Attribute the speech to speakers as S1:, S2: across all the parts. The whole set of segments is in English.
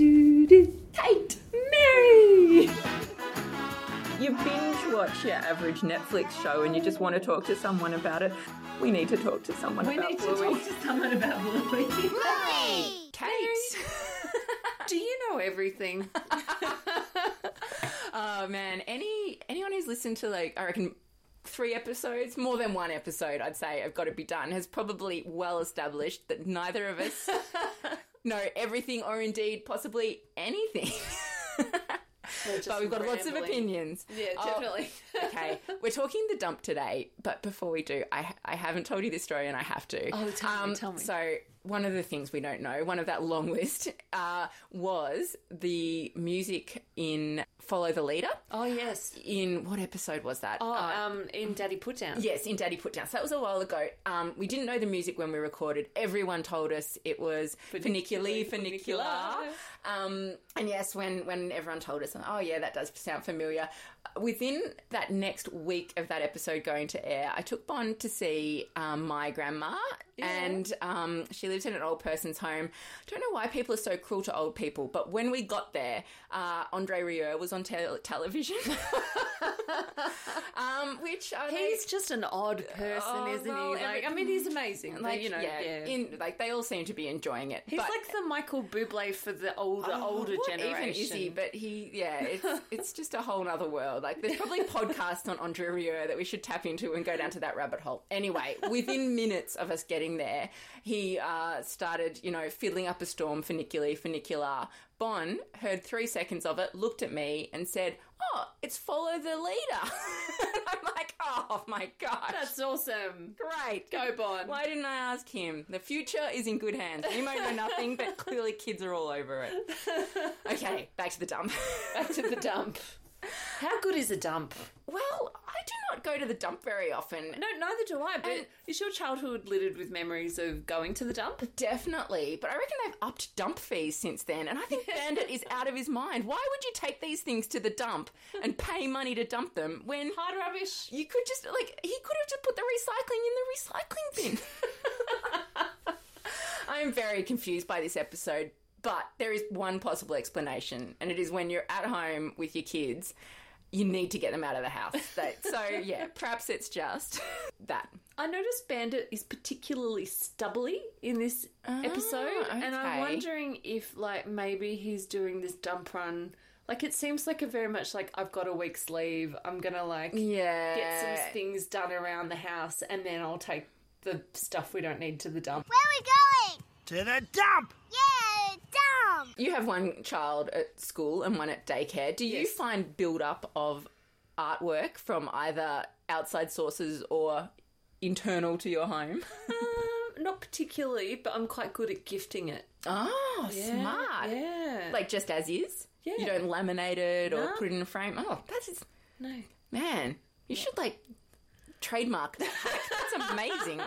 S1: Kate Mary.
S2: You binge watch your average Netflix show and you just want to talk to someone about it. We need to talk to someone
S1: We
S2: about
S1: need to
S2: Bluey.
S1: talk to someone about Bluey. Kate, do you know everything?
S3: Oh man, any anyone who's listened to like I reckon three episodes, more than one episode, I'd say I've got to be done, has probably well established that neither of us know everything or indeed possibly anything. but we've got lots of
S1: rambling.
S3: opinions.
S1: Yeah,
S3: Oh,
S1: definitely.
S3: okay, we're talking the dump today, but before we do, I I haven't told you this story and I have to. Um,
S1: Oh, tell me, tell me.
S3: So one of the things we don't know, one of that long list, uh, was the music in Follow the Leader
S1: Oh yes.
S3: in what episode was that?
S1: Oh,
S3: Uh,
S1: um, in Daddy Put Down.
S3: yes, in Daddy Put Down. So that was a while ago. Um, we didn't know the music when we recorded. Everyone told us it was Funiculi, Funicular.
S1: Funicular.
S3: Um, and yes, when, when everyone told us, oh yeah, that does sound familiar. Within that next week of that episode going to air, I took Bond to see um, my grandma, and um, she lives in an old person's home. I don't know why people are so cruel to old people, but when we got there, uh, Andre Rieu was on te- television, um, which I know-
S1: He's just an odd person,
S3: Oh,
S1: isn't
S3: well,
S1: he? Like,
S3: every-
S1: I mean, he's amazing. Like, you know, yeah.
S3: In, like they all seem to be enjoying it.
S1: he's
S3: but-
S1: like the Michael Bublé for the older, older
S3: oh, what
S1: generation.
S3: Even is he? But he, yeah, it's it's just a whole other world. Like there's probably podcasts on Andre Rieu that we should tap into and go down to that rabbit hole. Anyway, within minutes of us getting there, he uh, started, you know, fiddling up a storm funiculi funicular. Bon heard three seconds of it, looked at me, and said, "Oh, it's follow the leader." And I'm like, "Oh my gosh,
S1: That's awesome.
S3: great.
S1: Go, Bon.
S3: Why didn't I ask him? The future is in good hands. He might know nothing, but clearly kids are all over it. Okay, back to the dump.
S1: Back to the dump. How good is a dump?
S3: well, I do not go to the dump very often.
S1: No, neither do I. But
S3: And-
S1: is your childhood littered with memories of going to the dump?
S3: Definitely, but I reckon they've upped dump fees since then, and I think Bandit is out of his mind. Why would you take these things to the dump and pay money to dump them when
S1: Hard rubbish.
S3: you could just, like, he could have just put the recycling in the recycling bin? I'm very confused by this episode, but there is one possible explanation, and it is when you're at home with your kids, you need to get them out of the house. That- so, yeah, perhaps it's just that.
S1: I noticed Bandit is particularly stubbly in this episode, and I'm
S3: Ah, okay.
S1: wondering if, like, maybe he's doing this dump run. Like, it seems like a very much like I've got a week's leave. I'm gonna like
S3: Yeah.
S1: get some things done around the house, and then I'll take the stuff we don't need to the dump.
S4: Where are we going?
S5: To the dump!
S4: Yeah, dump.
S3: You have one child at school and one at daycare. Do you
S1: Yes.
S3: find build up of artwork from either outside sources or internal to your home?
S1: Um, not particularly, but I'm quite good at gifting it.
S3: Oh, smart.
S1: Yeah.
S3: Like just as is?
S1: Yeah.
S3: You don't laminate it or
S1: No.
S3: put it in a frame. Oh, that's just-
S1: no.
S3: man. You should like trademark that. that's amazing.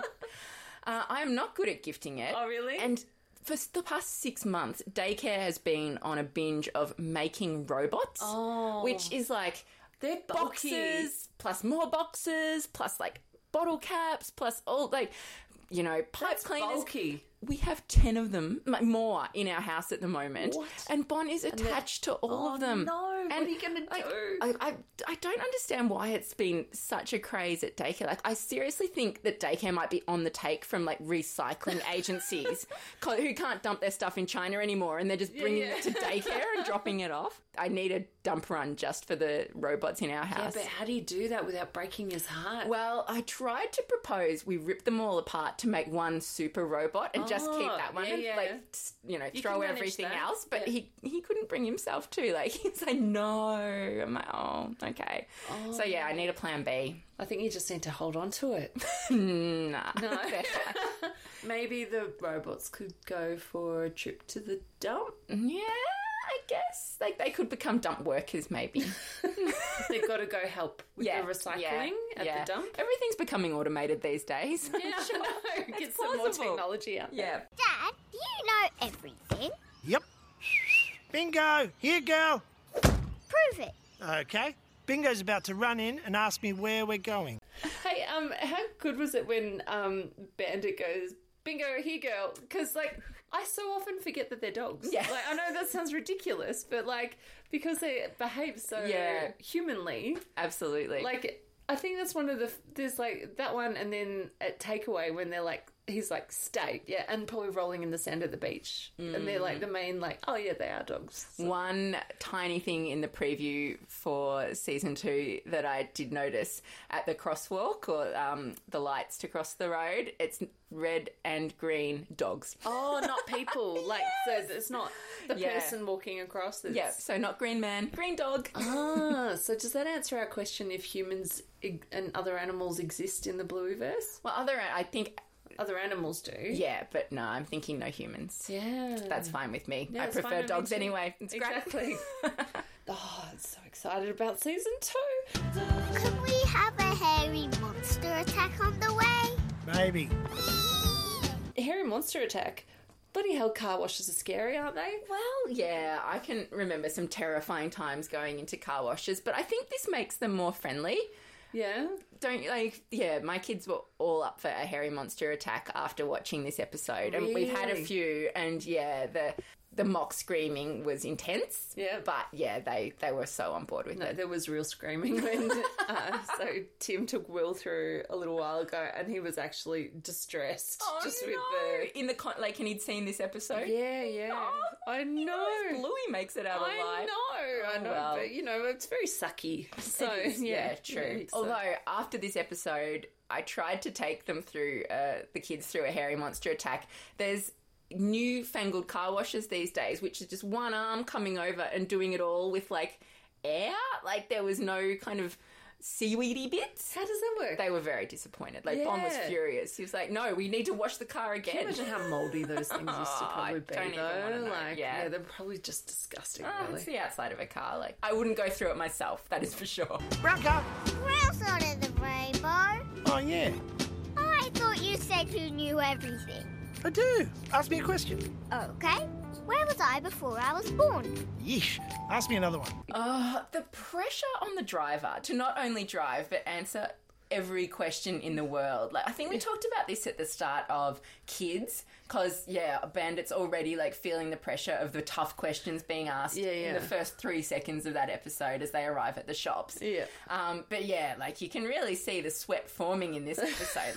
S3: Uh, I am not good at gifting it.
S1: Oh, really?
S3: And for s- the past six months, daycare has been on a binge of making robots,
S1: Oh.
S3: which is like
S1: They're bulky.
S3: boxes plus more boxes plus like bottle caps plus all like you know pipe
S1: That's
S3: cleaners.
S1: bulky.
S3: We have 10 of them, m- more, in our house at the moment.
S1: What?
S3: And Bon is attached to all
S1: Oh,
S3: of them.
S1: no. What
S3: And
S1: are you gonna
S3: like,
S1: do?
S3: I, I, I don't understand why it's been such a craze at daycare. Like, I seriously think that daycare might be on the take from like recycling agencies co- who can't dump their stuff in China anymore and they're just bringing
S1: yeah.
S3: it to daycare and dropping it off. I need a dump run just for the robots in our
S1: Yeah,
S3: house.
S1: but how do you do that without breaking his heart?
S3: Well, I tried to propose we rip them all apart to make one super robot and just keep
S1: Oh,
S3: that one
S1: yeah,
S3: and
S1: yeah.
S3: like s- you know
S1: You
S3: throw
S1: can manage
S3: everything
S1: that.
S3: else. But
S1: Yeah.
S3: he he couldn't bring himself to like he's like no. I'm like oh okay. So yeah, I need a plan B.
S1: I think you just need to hold on to it.
S3: Nah.
S1: Oh. Maybe the robots could go for a trip to the dump.
S3: yeah, I guess like they could become dump workers maybe.
S1: They've got to go help with
S3: yeah,
S1: the recycling
S3: yeah,
S1: at
S3: yeah.
S1: the dump.
S3: Everything's becoming automated these days.
S1: Yeah, I
S3: Sure.
S1: know.
S3: It's
S1: Get some more
S3: plausible.
S1: technology out.
S3: Yeah.
S4: Dad, do you know everything?
S5: Yep. Bingo! Here, girl!
S4: Prove it.
S5: Okay. Bingo's about to run in and ask me where we're going.
S1: Hey, um, how good was it when um Bandit goes bingo, here girl. Because, like, I so often forget that they're dogs.
S3: Yeah.
S1: Like, I know that sounds ridiculous, but, like, because they behave so
S3: Yeah.
S1: humanly,
S3: Absolutely.
S1: like, I think that's one of the. There's, like, that one, and then at Takeaway when they're like, he's like, stay, yeah, and probably rolling in the sand at the beach. And they're, like, the main, like, oh, yeah, they are dogs.
S3: One tiny thing in the preview for season two that I did notice at the crosswalk or um, the lights to cross the road, it's red and green dogs.
S1: Oh, not people. Like, so it's not the
S3: Yeah.
S1: person walking across. It's...
S3: Yeah, so not green man, green dog.
S1: Ah, so does that answer our question if humans eg- and other animals exist in the Blueiverse?
S3: Well, other I think
S1: Other animals do.
S3: yeah, but no, I'm thinking no humans.
S1: Yeah.
S3: That's fine with me.
S1: Yeah,
S3: I
S1: it's fine
S3: prefer
S1: with
S3: dogs
S1: me too.
S3: anyway. It's
S1: Exactly.
S3: great.
S1: oh, I'm so excited about season two.
S4: Could we have a hairy monster attack on the way?
S5: Maybe.
S1: Hairy monster attack. Bloody hell, car washes are scary, aren't they?
S3: Well, yeah, I can remember some terrifying times going into car washes, but I think this makes them more friendly.
S1: Yeah.
S3: don't you- like yeah my kids were all up for a hairy monster attack after watching this episode and we've had a
S1: Really?
S3: few and yeah the the mock screaming was intense
S1: Yeah.
S3: but yeah they they were so on board with
S1: No,
S3: it
S1: there was real screaming when. uh, so Tim took Will through a little while ago, and he was actually distressed just with the
S3: in the con- like and he'd seen this episode
S1: Yeah, yeah.
S3: Oh,
S1: I
S3: Whereas
S1: know.
S3: Bluey makes it out
S1: I
S3: alive
S1: know. I
S3: Oh,
S1: know.
S3: well.
S1: But you know, it's very sucky. So
S3: It is,
S1: yeah, uh,
S3: true.
S1: Yeah, so-
S3: Although after this episode, I tried to take them through uh, the kids through a hairy monster attack. There's newfangled car washers these days, which is just one arm coming over and doing it all with like air. Like there was no kind of seaweedy bits.
S1: how does that work?
S3: They were very disappointed. Like Bond was
S1: Yeah.
S3: furious. He was like, "No, we need to wash the car again."
S1: Imagine how mouldy those things used to
S3: Oh,
S1: probably
S3: I
S1: be,
S3: don't even wanna
S1: though.
S3: know.
S1: Like,
S3: Yeah.
S1: yeah. they're probably just disgusting.
S3: Ah,
S1: really.
S3: It's the outside of a car. Like I wouldn't go through it myself. That is for sure.
S5: Branko!
S4: Grouse out of the rainbow.
S5: Oh, yeah.
S4: I thought you said you knew everything.
S5: I do. Ask me a question.
S4: Okay. Where was I before I was born?
S5: Yeesh. Ask me another one.
S3: Uh, the pressure on the driver to not only drive but answer every question in the world. Like I think we talked about this at the start of kids because yeah, Bandit's already like feeling the pressure of the tough questions being asked
S1: Yeah,
S3: in
S1: yeah.
S3: the first three seconds of that episode as they arrive at the shops.
S1: Yeah.
S3: Um, but yeah, like you can really see the sweat forming in this episode.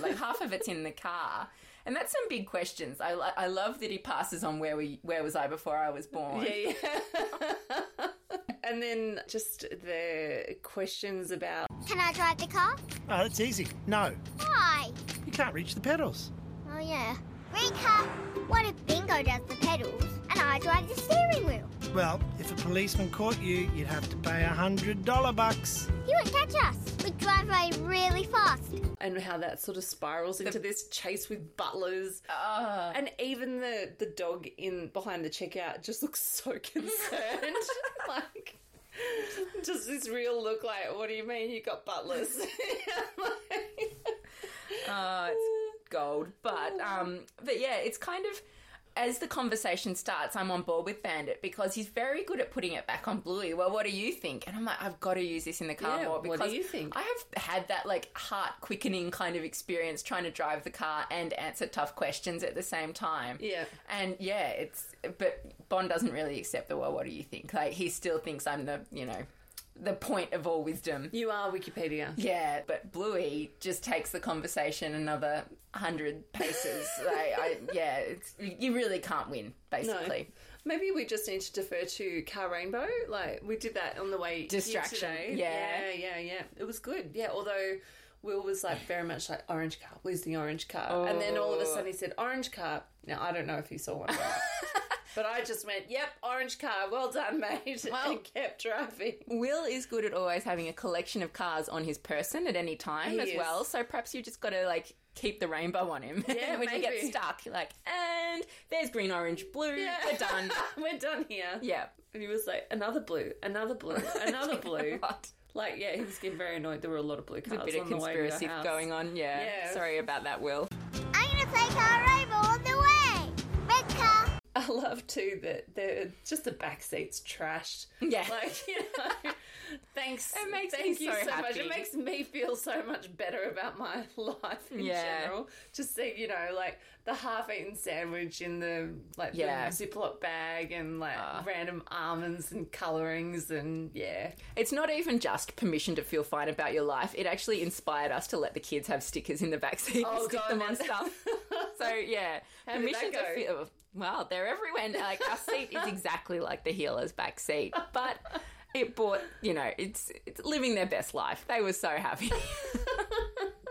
S3: like half of it's in the car. And that's some big questions. I, lo- I love that he passes on where we where was I before I was born.
S1: Yeah, yeah. and then just the questions about
S4: Can I drive the car?
S5: Oh, that's easy. No.
S4: Why?
S5: You can't reach the pedals.
S4: Oh yeah. Rika, what if Bingo does the pedals and I drive the steering wheel?
S5: Well, if a policeman caught you, you'd have to pay a hundred dollar bucks.
S4: He won't catch us. We drive away really fast.
S1: and how that sort of spirals into this chase with butlers,
S3: Ah.
S1: and even the the dog in behind the checkout just looks so concerned, like just this real look like, what do you mean you got butlers?
S3: Uh, it's gold. But um, but yeah, it's kind of as the conversation starts, I'm on board with Bandit because he's very good at putting it back on Bluey. Well, what do you think? And I'm like, I've got to use this in the car
S1: Yeah,
S3: more
S1: what do
S3: because
S1: you think?
S3: I have had that like heart quickening kind of experience trying to drive the car and answer tough questions at the same time.
S1: Yeah.
S3: and yeah, it's but Bond doesn't really accept the well. What do you think? Like he still thinks I'm the you know the point of all wisdom.
S1: you are Wikipedia.
S3: Yeah, but Bluey just takes the conversation another hundred paces. like, I, yeah, it's, you really can't win, basically.
S1: Maybe we just need to defer to Car Rainbow. Like we did that on the way here
S3: Distraction,
S1: today.
S3: yeah.
S1: yeah, yeah, yeah. It was good. Yeah, although Will was like very much like orange car. Where's the orange car? And then all of a
S3: Oh.
S1: sudden he said orange car. Now I don't know if he saw one, or not. but I just went, "Yep, orange car. Well done, mate."
S3: Well-
S1: and kept driving.
S3: Will is good at always having a collection of cars on his person at any time
S1: He
S3: as
S1: is.
S3: well. So perhaps you just got to like keep the rainbow on him.
S1: Yeah,
S3: when you get
S1: maybe.
S3: stuck, you're like, and there's green, orange, blue. We're done.
S1: We're done here.
S3: yeah. Oh
S1: And he was like, "Another blue, another blue, another blue."
S3: Right.
S1: Like, yeah, he was getting very annoyed. There were a lot of blue cars
S3: A bit of
S1: on the way to your
S3: conspiracy
S1: house.
S3: going on. Yeah.
S1: Yeah.
S3: Sorry about that, Will.
S4: I'm gonna play car rainbow on the way. Red car.
S1: I love too that the just the back seats trashed.
S3: Yeah.
S1: like you know, Thanks.
S3: It makes
S1: thank
S3: me
S1: you
S3: so
S1: much.
S3: happy.
S1: It makes me feel so much better about my life in
S3: Yeah.
S1: general. Just see, you know, like the half-eaten sandwich in the like
S3: Yeah. Ah.
S1: the Ziploc bag and like random almonds and colorings and yeah.
S3: It's not even just permission to feel fine about your life. It actually inspired us to let the kids have stickers in the backseat and
S1: Oh,
S3: stick
S1: God,
S3: them
S1: now-
S3: on stuff. so yeah,
S1: did
S3: permission
S1: that go?
S3: to feel. Well, they're everywhere. now. Like our seat is exactly like the healer's back seat, but it bought. You know, it's it's living their best life. They were so happy.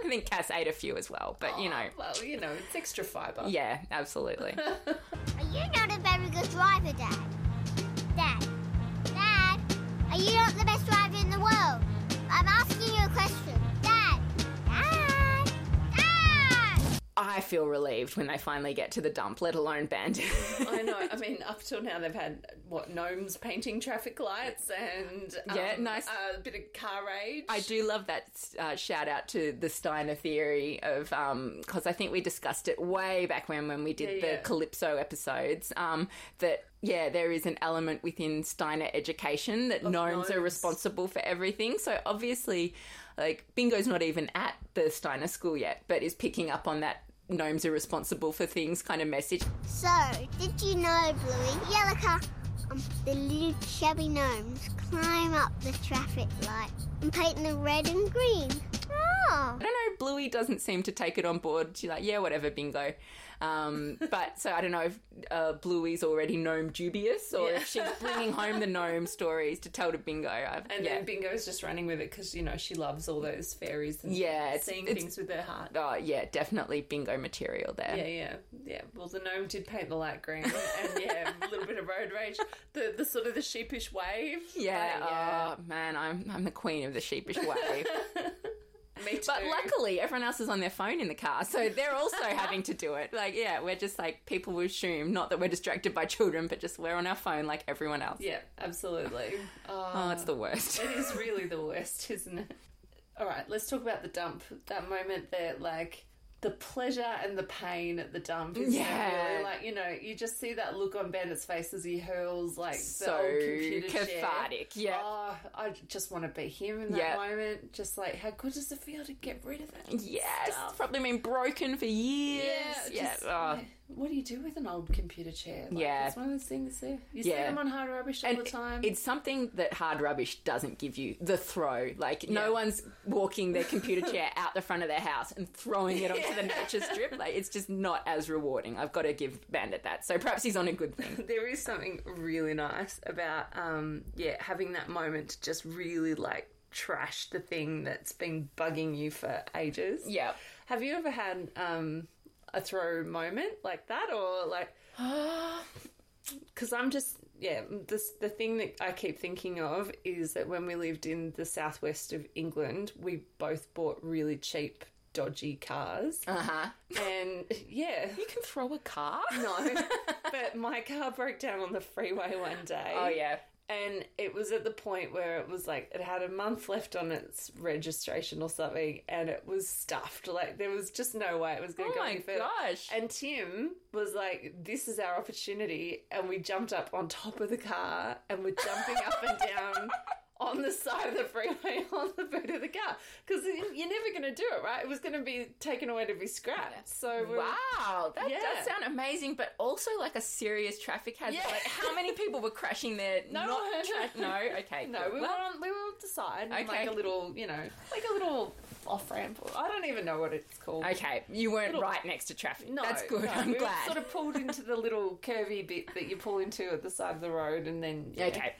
S3: I think Cass ate a few as well, but you know,
S1: Oh, Well, you know, it's extra fiber.
S3: yeah, absolutely.
S4: Are you not a very good driver, Dad? Dad. Dad. Are you not the best driver in the world? I'm asking you a question. Dad. Dad. Dad.
S3: I feel relieved when they finally get to the dump, let alone band.
S1: I know. I mean, up till now they've had what gnomes painting traffic lights and um,
S3: Yeah, nice.
S1: a bit of car rage.
S3: I do love that uh, shout out to the Steiner theory of because I think we discussed it way back when when we did
S1: Yeah,
S3: the
S1: yeah.
S3: Calypso episodes um, that yeah there is an element within Steiner education that gnomes, are
S1: gnomes.
S3: responsible for everything. So obviously, like Bingo's not even at the Steiner school yet, but is picking up on that gnomes are responsible for things kind of message.
S4: So, did you know, Bluey, Yellica, um, the little chubby gnomes climb up the traffic light and paint the red and green? Oh.
S3: I don't know. Bluey doesn't seem to take it on board. She's like, yeah, whatever, bingo. Um, but so I don't know if uh, Bluey's already gnome dubious or if she's bringing home the gnome stories to tell to bingo. I've,
S1: and
S3: yeah.
S1: then Bingo's just running with it because you know she loves all those fairies and
S3: Yeah, it's-
S1: seeing
S3: it's-
S1: things with her heart.
S3: Oh, yeah, definitely bingo material there.
S1: Yeah, yeah, yeah. Well, the gnome did paint the light green, and yeah, a little bit of road rage. The the sort of the sheepish wave.
S3: Yeah,
S1: Like,
S3: oh man, I'm I'm the queen of the sheepish wave.
S1: me too.
S3: uh, but luckily, everyone else is on their phone in the car, so they're also having to do it. Like, yeah, we're just like people will assume not that we're distracted by children, but just we're on our phone like everyone else.
S1: yeah, absolutely.
S3: Oh, it's the worst.
S1: It is really the worst, isn't it? All right, let's talk about the dump. That moment that, like, the pleasure and the pain at the dump is
S3: Yeah.
S1: really like, you know, you just see that look on Bennett's face as he hurls, like, the
S3: so
S1: old computer chair.
S3: cathartic. Yeah.
S1: Oh, I just want to be him in that
S3: Yeah.
S1: moment. Just like, how good does it feel to get rid of that?
S3: yes.
S1: stuff?
S3: Probably been broken for years. Yeah.
S1: just,
S3: oh.
S1: like, what do you do with an old computer chair? Like,
S3: Yeah.
S1: it's one of those things there. You see
S3: Yeah.
S1: them on hard rubbish all
S3: And
S1: the time.
S3: It's something that hard rubbish doesn't give you the throw. Like, no one's walking their computer chair out the front of their house and throwing it onto the nature strip. Like, it's just not as rewarding. I've got to give Bandit that. So perhaps he's on a good thing.
S1: there is something really nice about um yeah having that moment to just really like trash the thing that's been bugging you for ages
S3: Yeah.
S1: have you ever had um a throw moment like that or like because i'm just yeah this the thing that i keep thinking of is that when we lived in the southwest of england we both bought really cheap dodgy cars
S3: Uh huh.
S1: and yeah
S3: You can throw a car?
S1: no. but my car broke down on the freeway one day.
S3: Oh, yeah.
S1: And it was at the point where it was like it had a month left on its registration or something, and it was stuffed. Like there was just no way it was going
S3: Oh
S1: to go
S3: my
S1: any further.
S3: gosh.
S1: And Tim was like, "This is our opportunity," and we jumped up on top of the car and we're jumping up and down. On the side of the freeway, on the boot of the car, because you're never going to do it, right? It was going to be taken away to be scrapped. So we were
S3: Wow, that
S1: Yeah.
S3: does sound amazing, but also like a serious traffic hazard.
S1: Yeah.
S3: Like, how many people were crashing there? not
S1: one.
S3: tra- no, okay,
S1: No,
S3: cool.
S1: we were
S3: Well,
S1: on we were on the side, and
S3: Okay.
S1: like a little, you know, like a little off ramp. I don't even know what it's called.
S3: Okay, you weren't right next to traffic.
S1: No,
S3: that's good.
S1: no,
S3: I'm
S1: we were
S3: glad.
S1: Sort of pulled into the little curvy bit that you pull into at the side of the road, and then yeah,
S3: Okay.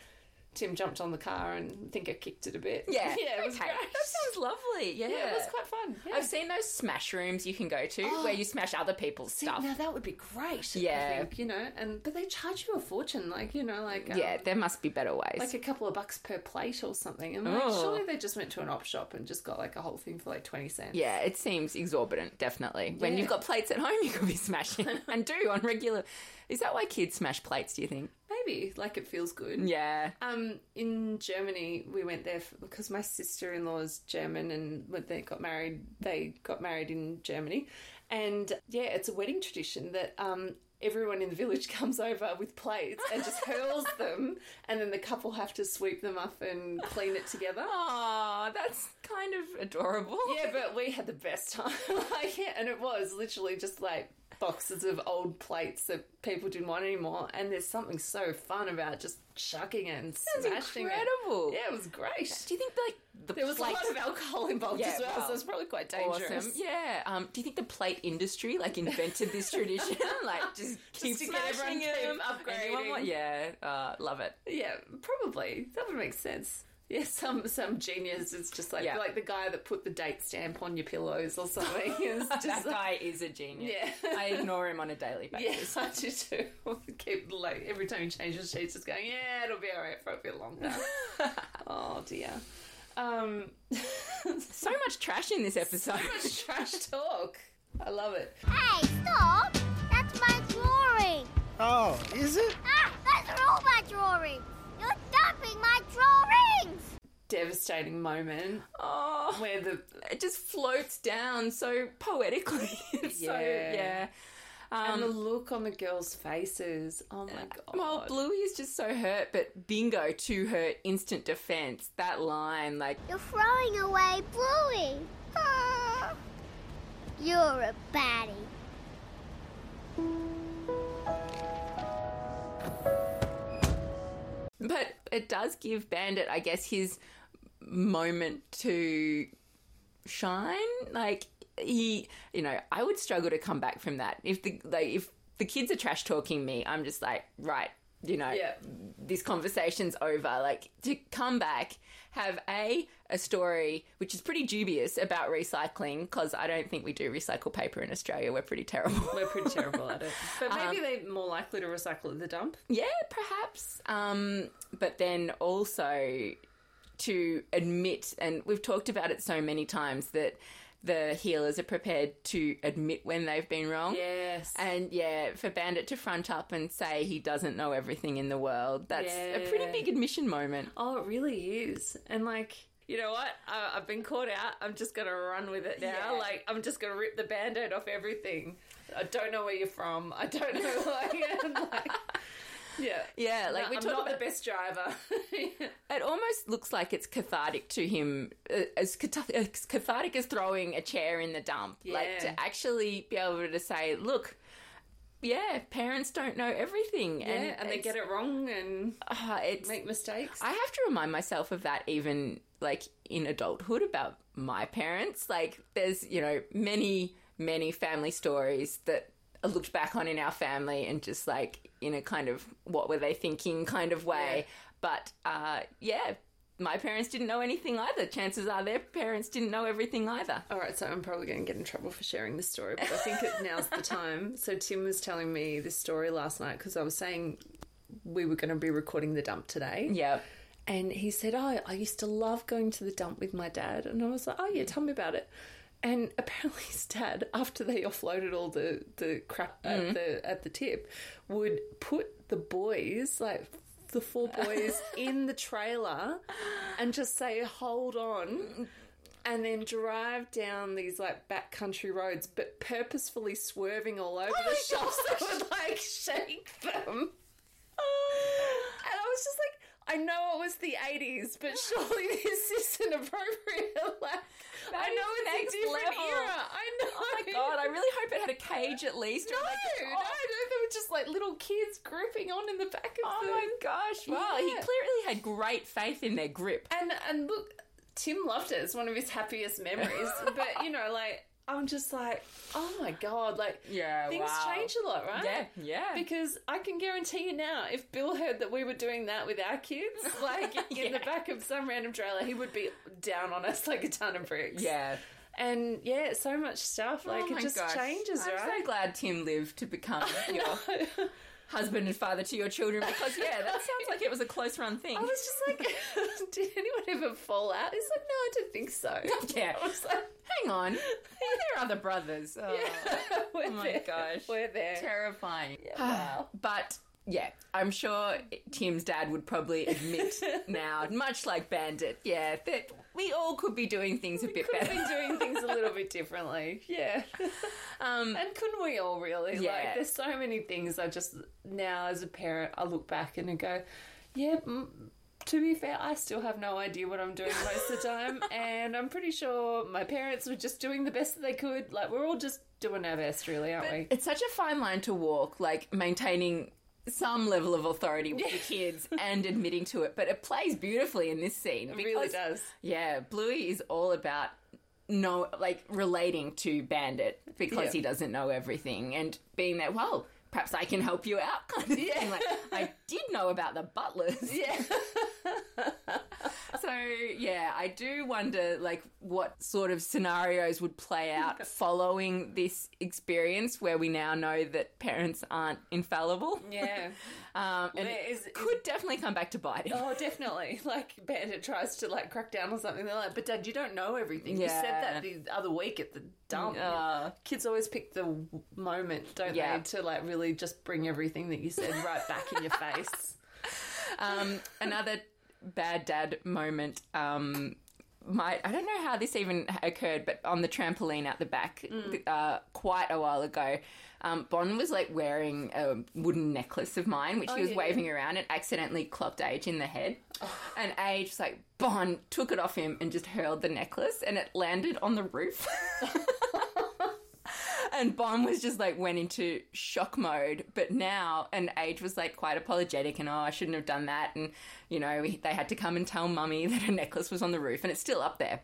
S1: Tim jumped on the car and I think I kicked it a bit.
S3: Yeah.
S1: yeah, it was
S3: okay.
S1: great.
S3: That sounds lovely. Yeah.
S1: yeah, it was quite fun. Yeah.
S3: I've seen those smash rooms you can go to where you smash other people's
S1: See,
S3: stuff.
S1: Now that would be great.
S3: Yeah.
S1: I think, you know, and but they charge you a fortune, like you know, like um,
S3: yeah, there must be better ways.
S1: like a couple of bucks per plate or something. And like,
S3: Oh.
S1: surely they just went to an op shop and just got like a whole thing for like twenty cents.
S3: yeah, it seems exorbitant, definitely. When
S1: Yeah.
S3: you've got plates at home, you could be smashing and do on regular. Is that why kids smash plates, do you think?
S1: maybe like it feels good.
S3: Yeah.
S1: Um, in Germany, we went there f because my sister in law is German, and when they got married, they got married in Germany, And yeah, it's a wedding tradition that um, everyone in the village comes over with plates and just hurls them, and then the couple have to sweep them up and clean it together.
S3: Oh, Aw, that's kind of adorable.
S1: Yeah, but we had the best time. like, yeah, and it was literally just like boxes of old plates that people didn't want anymore. And there's something so fun about just chucking it and smashing
S3: incredible.
S1: it. Yeah, it was great.
S3: Do you think like the
S1: There was a
S3: plate
S1: lot of alcohol involved
S3: Yeah,
S1: as well,
S3: well,
S1: so it's probably quite dangerous.
S3: awesome? Yeah. Um, do you think the plate industry like invented this tradition? like just keep
S1: to get
S3: smashing
S1: everyone
S3: it,
S1: to keep upgrading.
S3: yeah, uh, love it.
S1: Yeah, probably. That would make sense. Yeah, some some genius is just like
S3: Yeah.
S1: like the guy that put the date stamp on your pillows or something. It's just like-
S3: that guy is a genius.
S1: Yeah.
S3: I ignore him on a daily
S1: Yes,
S3: basis.
S1: I do too. Keep like every time you change the sheets, it's going. Yeah, it'll be alright for a bit longer. oh dear. Um, so
S3: So much trash in this episode.
S1: much trash talk. I love it.
S4: Hey, stop! That's my drawing!
S5: Oh, is it?
S4: Ah, those are all my drawings! You're dumping my drawings!
S1: Devastating moment
S3: Oh,
S1: where the
S3: it just floats down so poetically. It's so
S1: Yeah.
S3: yeah.
S1: and the
S3: Um,
S1: look on the girls' faces. Oh my god.
S3: well, Bluey is just so hurt, but bingo to her instant defense. That line, like,
S4: You're throwing away Bluey! Ah. You're a baddie.
S3: but it does give Bandit, I guess, his moment to shine. Like he, you know, I would struggle to come back from that. If the like, if the kids are trash talking me, I'm just like, right, you know,
S1: yeah.
S3: this conversation's over. Like to come back, have a a story which is pretty dubious about recycling because I don't think we do recycle paper in Australia. We're pretty terrible.
S1: We're pretty terrible at it. Um, But maybe they're more likely to recycle at the dump.
S3: yeah, perhaps. Um, but then also to admit, and we've talked about it so many times that the healers are prepared to admit when they've been wrong.
S1: Yes.
S3: And yeah, for Bandit to front up and say he doesn't know everything in the world, that's a
S1: Yeah.
S3: pretty big admission moment.
S1: oh, it really is. And like, you know what? I, I've been caught out. I'm just going to run with it now.
S3: Yeah.
S1: Like, I'm just going to rip the band aid off everything. I don't know where you're from. I don't know who I am. Like, yeah.
S3: Yeah, like
S1: No,
S3: we
S1: I'm
S3: talk
S1: not
S3: about-
S1: the best driver.
S3: It almost looks like it's cathartic to him, uh, as, cath- as cathartic as throwing a chair in the dump. Like
S1: Yeah.
S3: to actually be able to say, look, yeah, parents don't know everything,
S1: yeah, and, they
S3: it's-
S1: get it wrong and
S3: ah, it's,
S1: make mistakes.
S3: I have to remind myself of that even like in adulthood about my parents. Like there's, you know, many, many family stories that are looked back on in our family and just like in a kind of what were they thinking kind of way. But uh yeah, my parents didn't know anything either. Chances are their parents didn't know everything either.
S1: All right, so I'm probably going to get in trouble for sharing this story, but I think it, now's the time. So Tim was telling me this story last night because I was saying we were going to be recording the dump today.
S3: Yeah.
S1: And he said, Oh, I used to love going to the dump with my dad. And I was like, Oh, yeah, tell me about it. And apparently, his dad, after they offloaded all the, the crap at, the, at the tip, would put the boys, like the four boys, in the trailer and just say, Hold on. And then drive down these like backcountry roads, but purposefully swerving all
S3: Oh
S1: over the shops that would like shake them.
S3: Ah.
S1: And I was just like, I know it was the 80s, but surely this isn't appropriate. like, I
S3: is
S1: know it's
S3: next
S1: a different
S3: level.
S1: era. I know.
S3: Oh my god, I really hope it had a cage at least. or
S1: No,
S3: like-
S1: no, no, they were just like little kids grouping on in the back of
S3: Oh
S1: the...
S3: my gosh. Wow, he
S1: Yeah.
S3: clearly had great faith in their grip.
S1: And, and look, Tim loved it. It's one of his happiest memories. but, you know, like, I'm just like, oh my god, like,
S3: Yeah,
S1: things
S3: wow.
S1: change a lot, right?
S3: Yeah, yeah.
S1: Because I can guarantee you now, if Bill heard that we were doing that with our kids, like in the back of some random trailer, he would be down on us like a ton of bricks.
S3: yeah.
S1: And yeah, so much stuff. Like
S3: Oh
S1: it
S3: my
S1: just
S3: gosh.
S1: changes,
S3: I'm
S1: right?
S3: so glad Tim lived to become your husband and father to your children because, yeah, that sounds like it was a close run thing.
S1: I was just like, did anyone ever fall out? He's like, no, I don't think so.
S3: yeah.
S1: I was like,
S3: Hang on. Were there other brothers? Oh,
S1: we're
S3: my
S1: there.
S3: gosh.
S1: We're there.
S3: terrifying.
S1: wow.
S3: But yeah, I'm sure Tim's dad would probably admit now, much like Bandit, yeah, that we all could be doing things a bit
S1: I've
S3: better.
S1: been doing things a little bit differently. Yeah.
S3: Um,
S1: And couldn't we all really?
S3: Yeah.
S1: Like, there's so many things I just now as a parent I look back and I go, yeah. Mm, to be fair, I still have no idea what I'm doing most of the time, and I'm pretty sure my parents were just doing the best that they could. Like, we're all just doing our best, really, aren't we?
S3: it's such a fine line to walk, like maintaining some level of authority with the kids and admitting to it. But it plays beautifully in this scene.
S1: It really
S3: because-
S1: does.
S3: Yeah, Bluey is all about no like relating to Bandit because
S1: Yeah.
S3: he doesn't know everything and being that well. Perhaps I can help you out, kind of thing. Like I did know about the butlers. Yeah. so yeah, I do wonder like what sort of scenarios would play out following this experience, where we now know that parents aren't infallible.
S1: Yeah.
S3: Um, and
S1: Where is-
S3: it could definitely come back to bite. him.
S1: Oh, definitely. Like Bandit tries to like crack down on something. They're like, "But Dad, you don't know everything. You said
S3: Yeah.
S1: that the other week at the dump."
S3: Yeah.
S1: Kids always pick the w- moment, don't
S3: Yeah.
S1: they, to like really just bring everything that you said right back in your face.
S3: um, another bad dad moment. Um, my, I don't know how this even occurred, but on the trampoline out the back,
S1: Mm.
S3: uh, quite a while ago, um, Bon was like wearing a wooden necklace of mine, which he was
S1: Oh, yeah, Oh.
S3: waving around, and accidentally clocked Age in the head. And Age was like Bon took it off him and just hurled the necklace, and it landed on the roof. And Bon was just like went into shock mode. But now, and Age was like quite apologetic and oh, I shouldn't have done that. And you know, we, they had to come and tell Mummy that her necklace was on the roof, and it's still up there.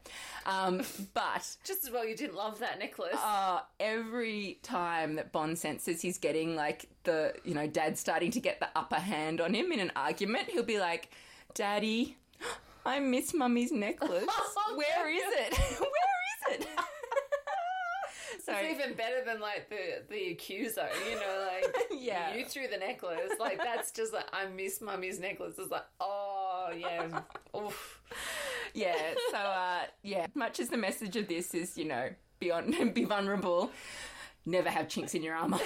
S3: Um, but
S1: Just as well you didn't love that necklace.
S3: uh, every time that Bond senses he's getting like the, you know, dad starting to get the upper hand on him in an argument, he'll be like, Daddy, I miss mummy's necklace. Where is it? Where is it? so,
S1: it's even better than like the the accuser, you know, like
S3: Yeah.
S1: you threw the necklace. Like that's just like I miss mummy's necklace. It's like oh yeah, oof.
S3: yeah, so, uh, yeah, much as the message of this is, you know, be, on, be vulnerable, never have chinks in your armor.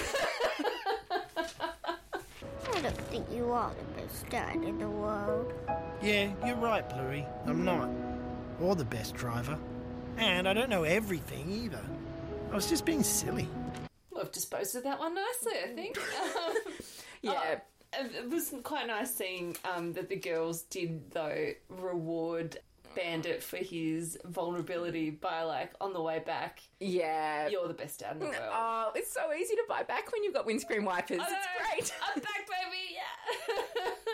S4: I don't think you are the best dad in the world.
S5: Yeah, you're right, Bluey. I'm not. Or the best driver. And I don't know everything either. I was just being silly.
S1: Well, I've disposed of that one nicely, I think. Um,
S3: yeah.
S1: Oh, it it was quite nice seeing um, that the girls did though reward Bandit for his vulnerability by like on the way back,
S3: Yeah.
S1: you're the best dad in the world.
S3: Oh, it's so easy to buy back when you've got windscreen wipers.
S1: I know.
S3: It's great.
S1: I'm back, baby. Yeah.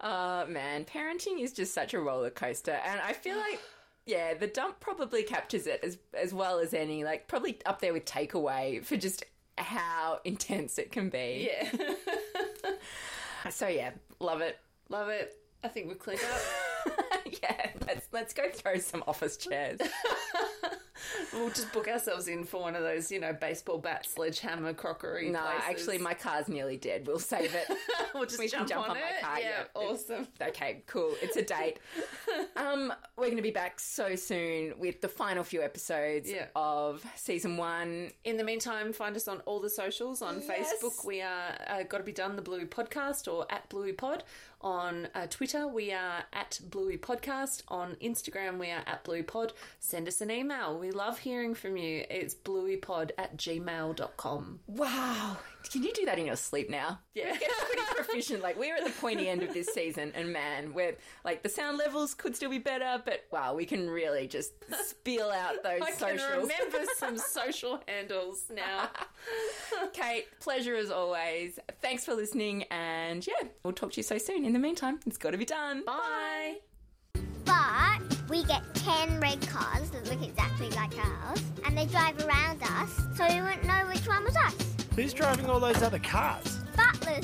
S3: Oh man, parenting is just such a roller coaster, and I feel like. Yeah, the dump probably captures it as as well as any, like probably up there with takeaway for just how intense it can be.
S1: yeah.
S3: So yeah, love it.
S1: Love it. I think we've cleaned up.
S3: yeah, let's let's go throw some office chairs.
S1: We'll just book ourselves in for one of those, you know, baseball bat, sledgehammer, crockery.
S3: no,
S1: places.
S3: actually my car's nearly dead. We'll save it.
S1: we'll just
S3: we can
S1: jump,
S3: jump
S1: on,
S3: on my
S1: it.
S3: car,
S1: yeah,
S3: yeah.
S1: awesome.
S3: Okay, cool. It's a date. um, we're going to be back so soon with the final few episodes
S1: Yeah.
S3: of season one.
S1: In the meantime, find us on all the socials. On
S3: Yes.
S1: Facebook, we are uh, Got to Be Done, the Bluey Podcast, or at Bluey Pod. On uh, Twitter, we are at Bluey Podcast. On Instagram, we are at Bluey Pod. Send us an email. We love hearing from you. It's blueypod at gmail.com.
S3: Wow. Can you do that in your sleep now?
S1: Yeah.
S3: We're getting pretty proficient. Like, we're at the pointy end of this season, and man, we're like, the sound levels could still be better, but wow, we can really just spill out those
S1: I
S3: socials.
S1: can remember some social handles now.
S3: Kate, pleasure as always. Thanks for listening, and yeah, we'll talk to you so soon. In the meantime, it's got to be done.
S1: Bye.
S4: But we get 10 red cars that look exactly like ours, and they drive around us, so we wouldn't know which one was us.
S5: Who's driving all those other cars?
S4: Butlers!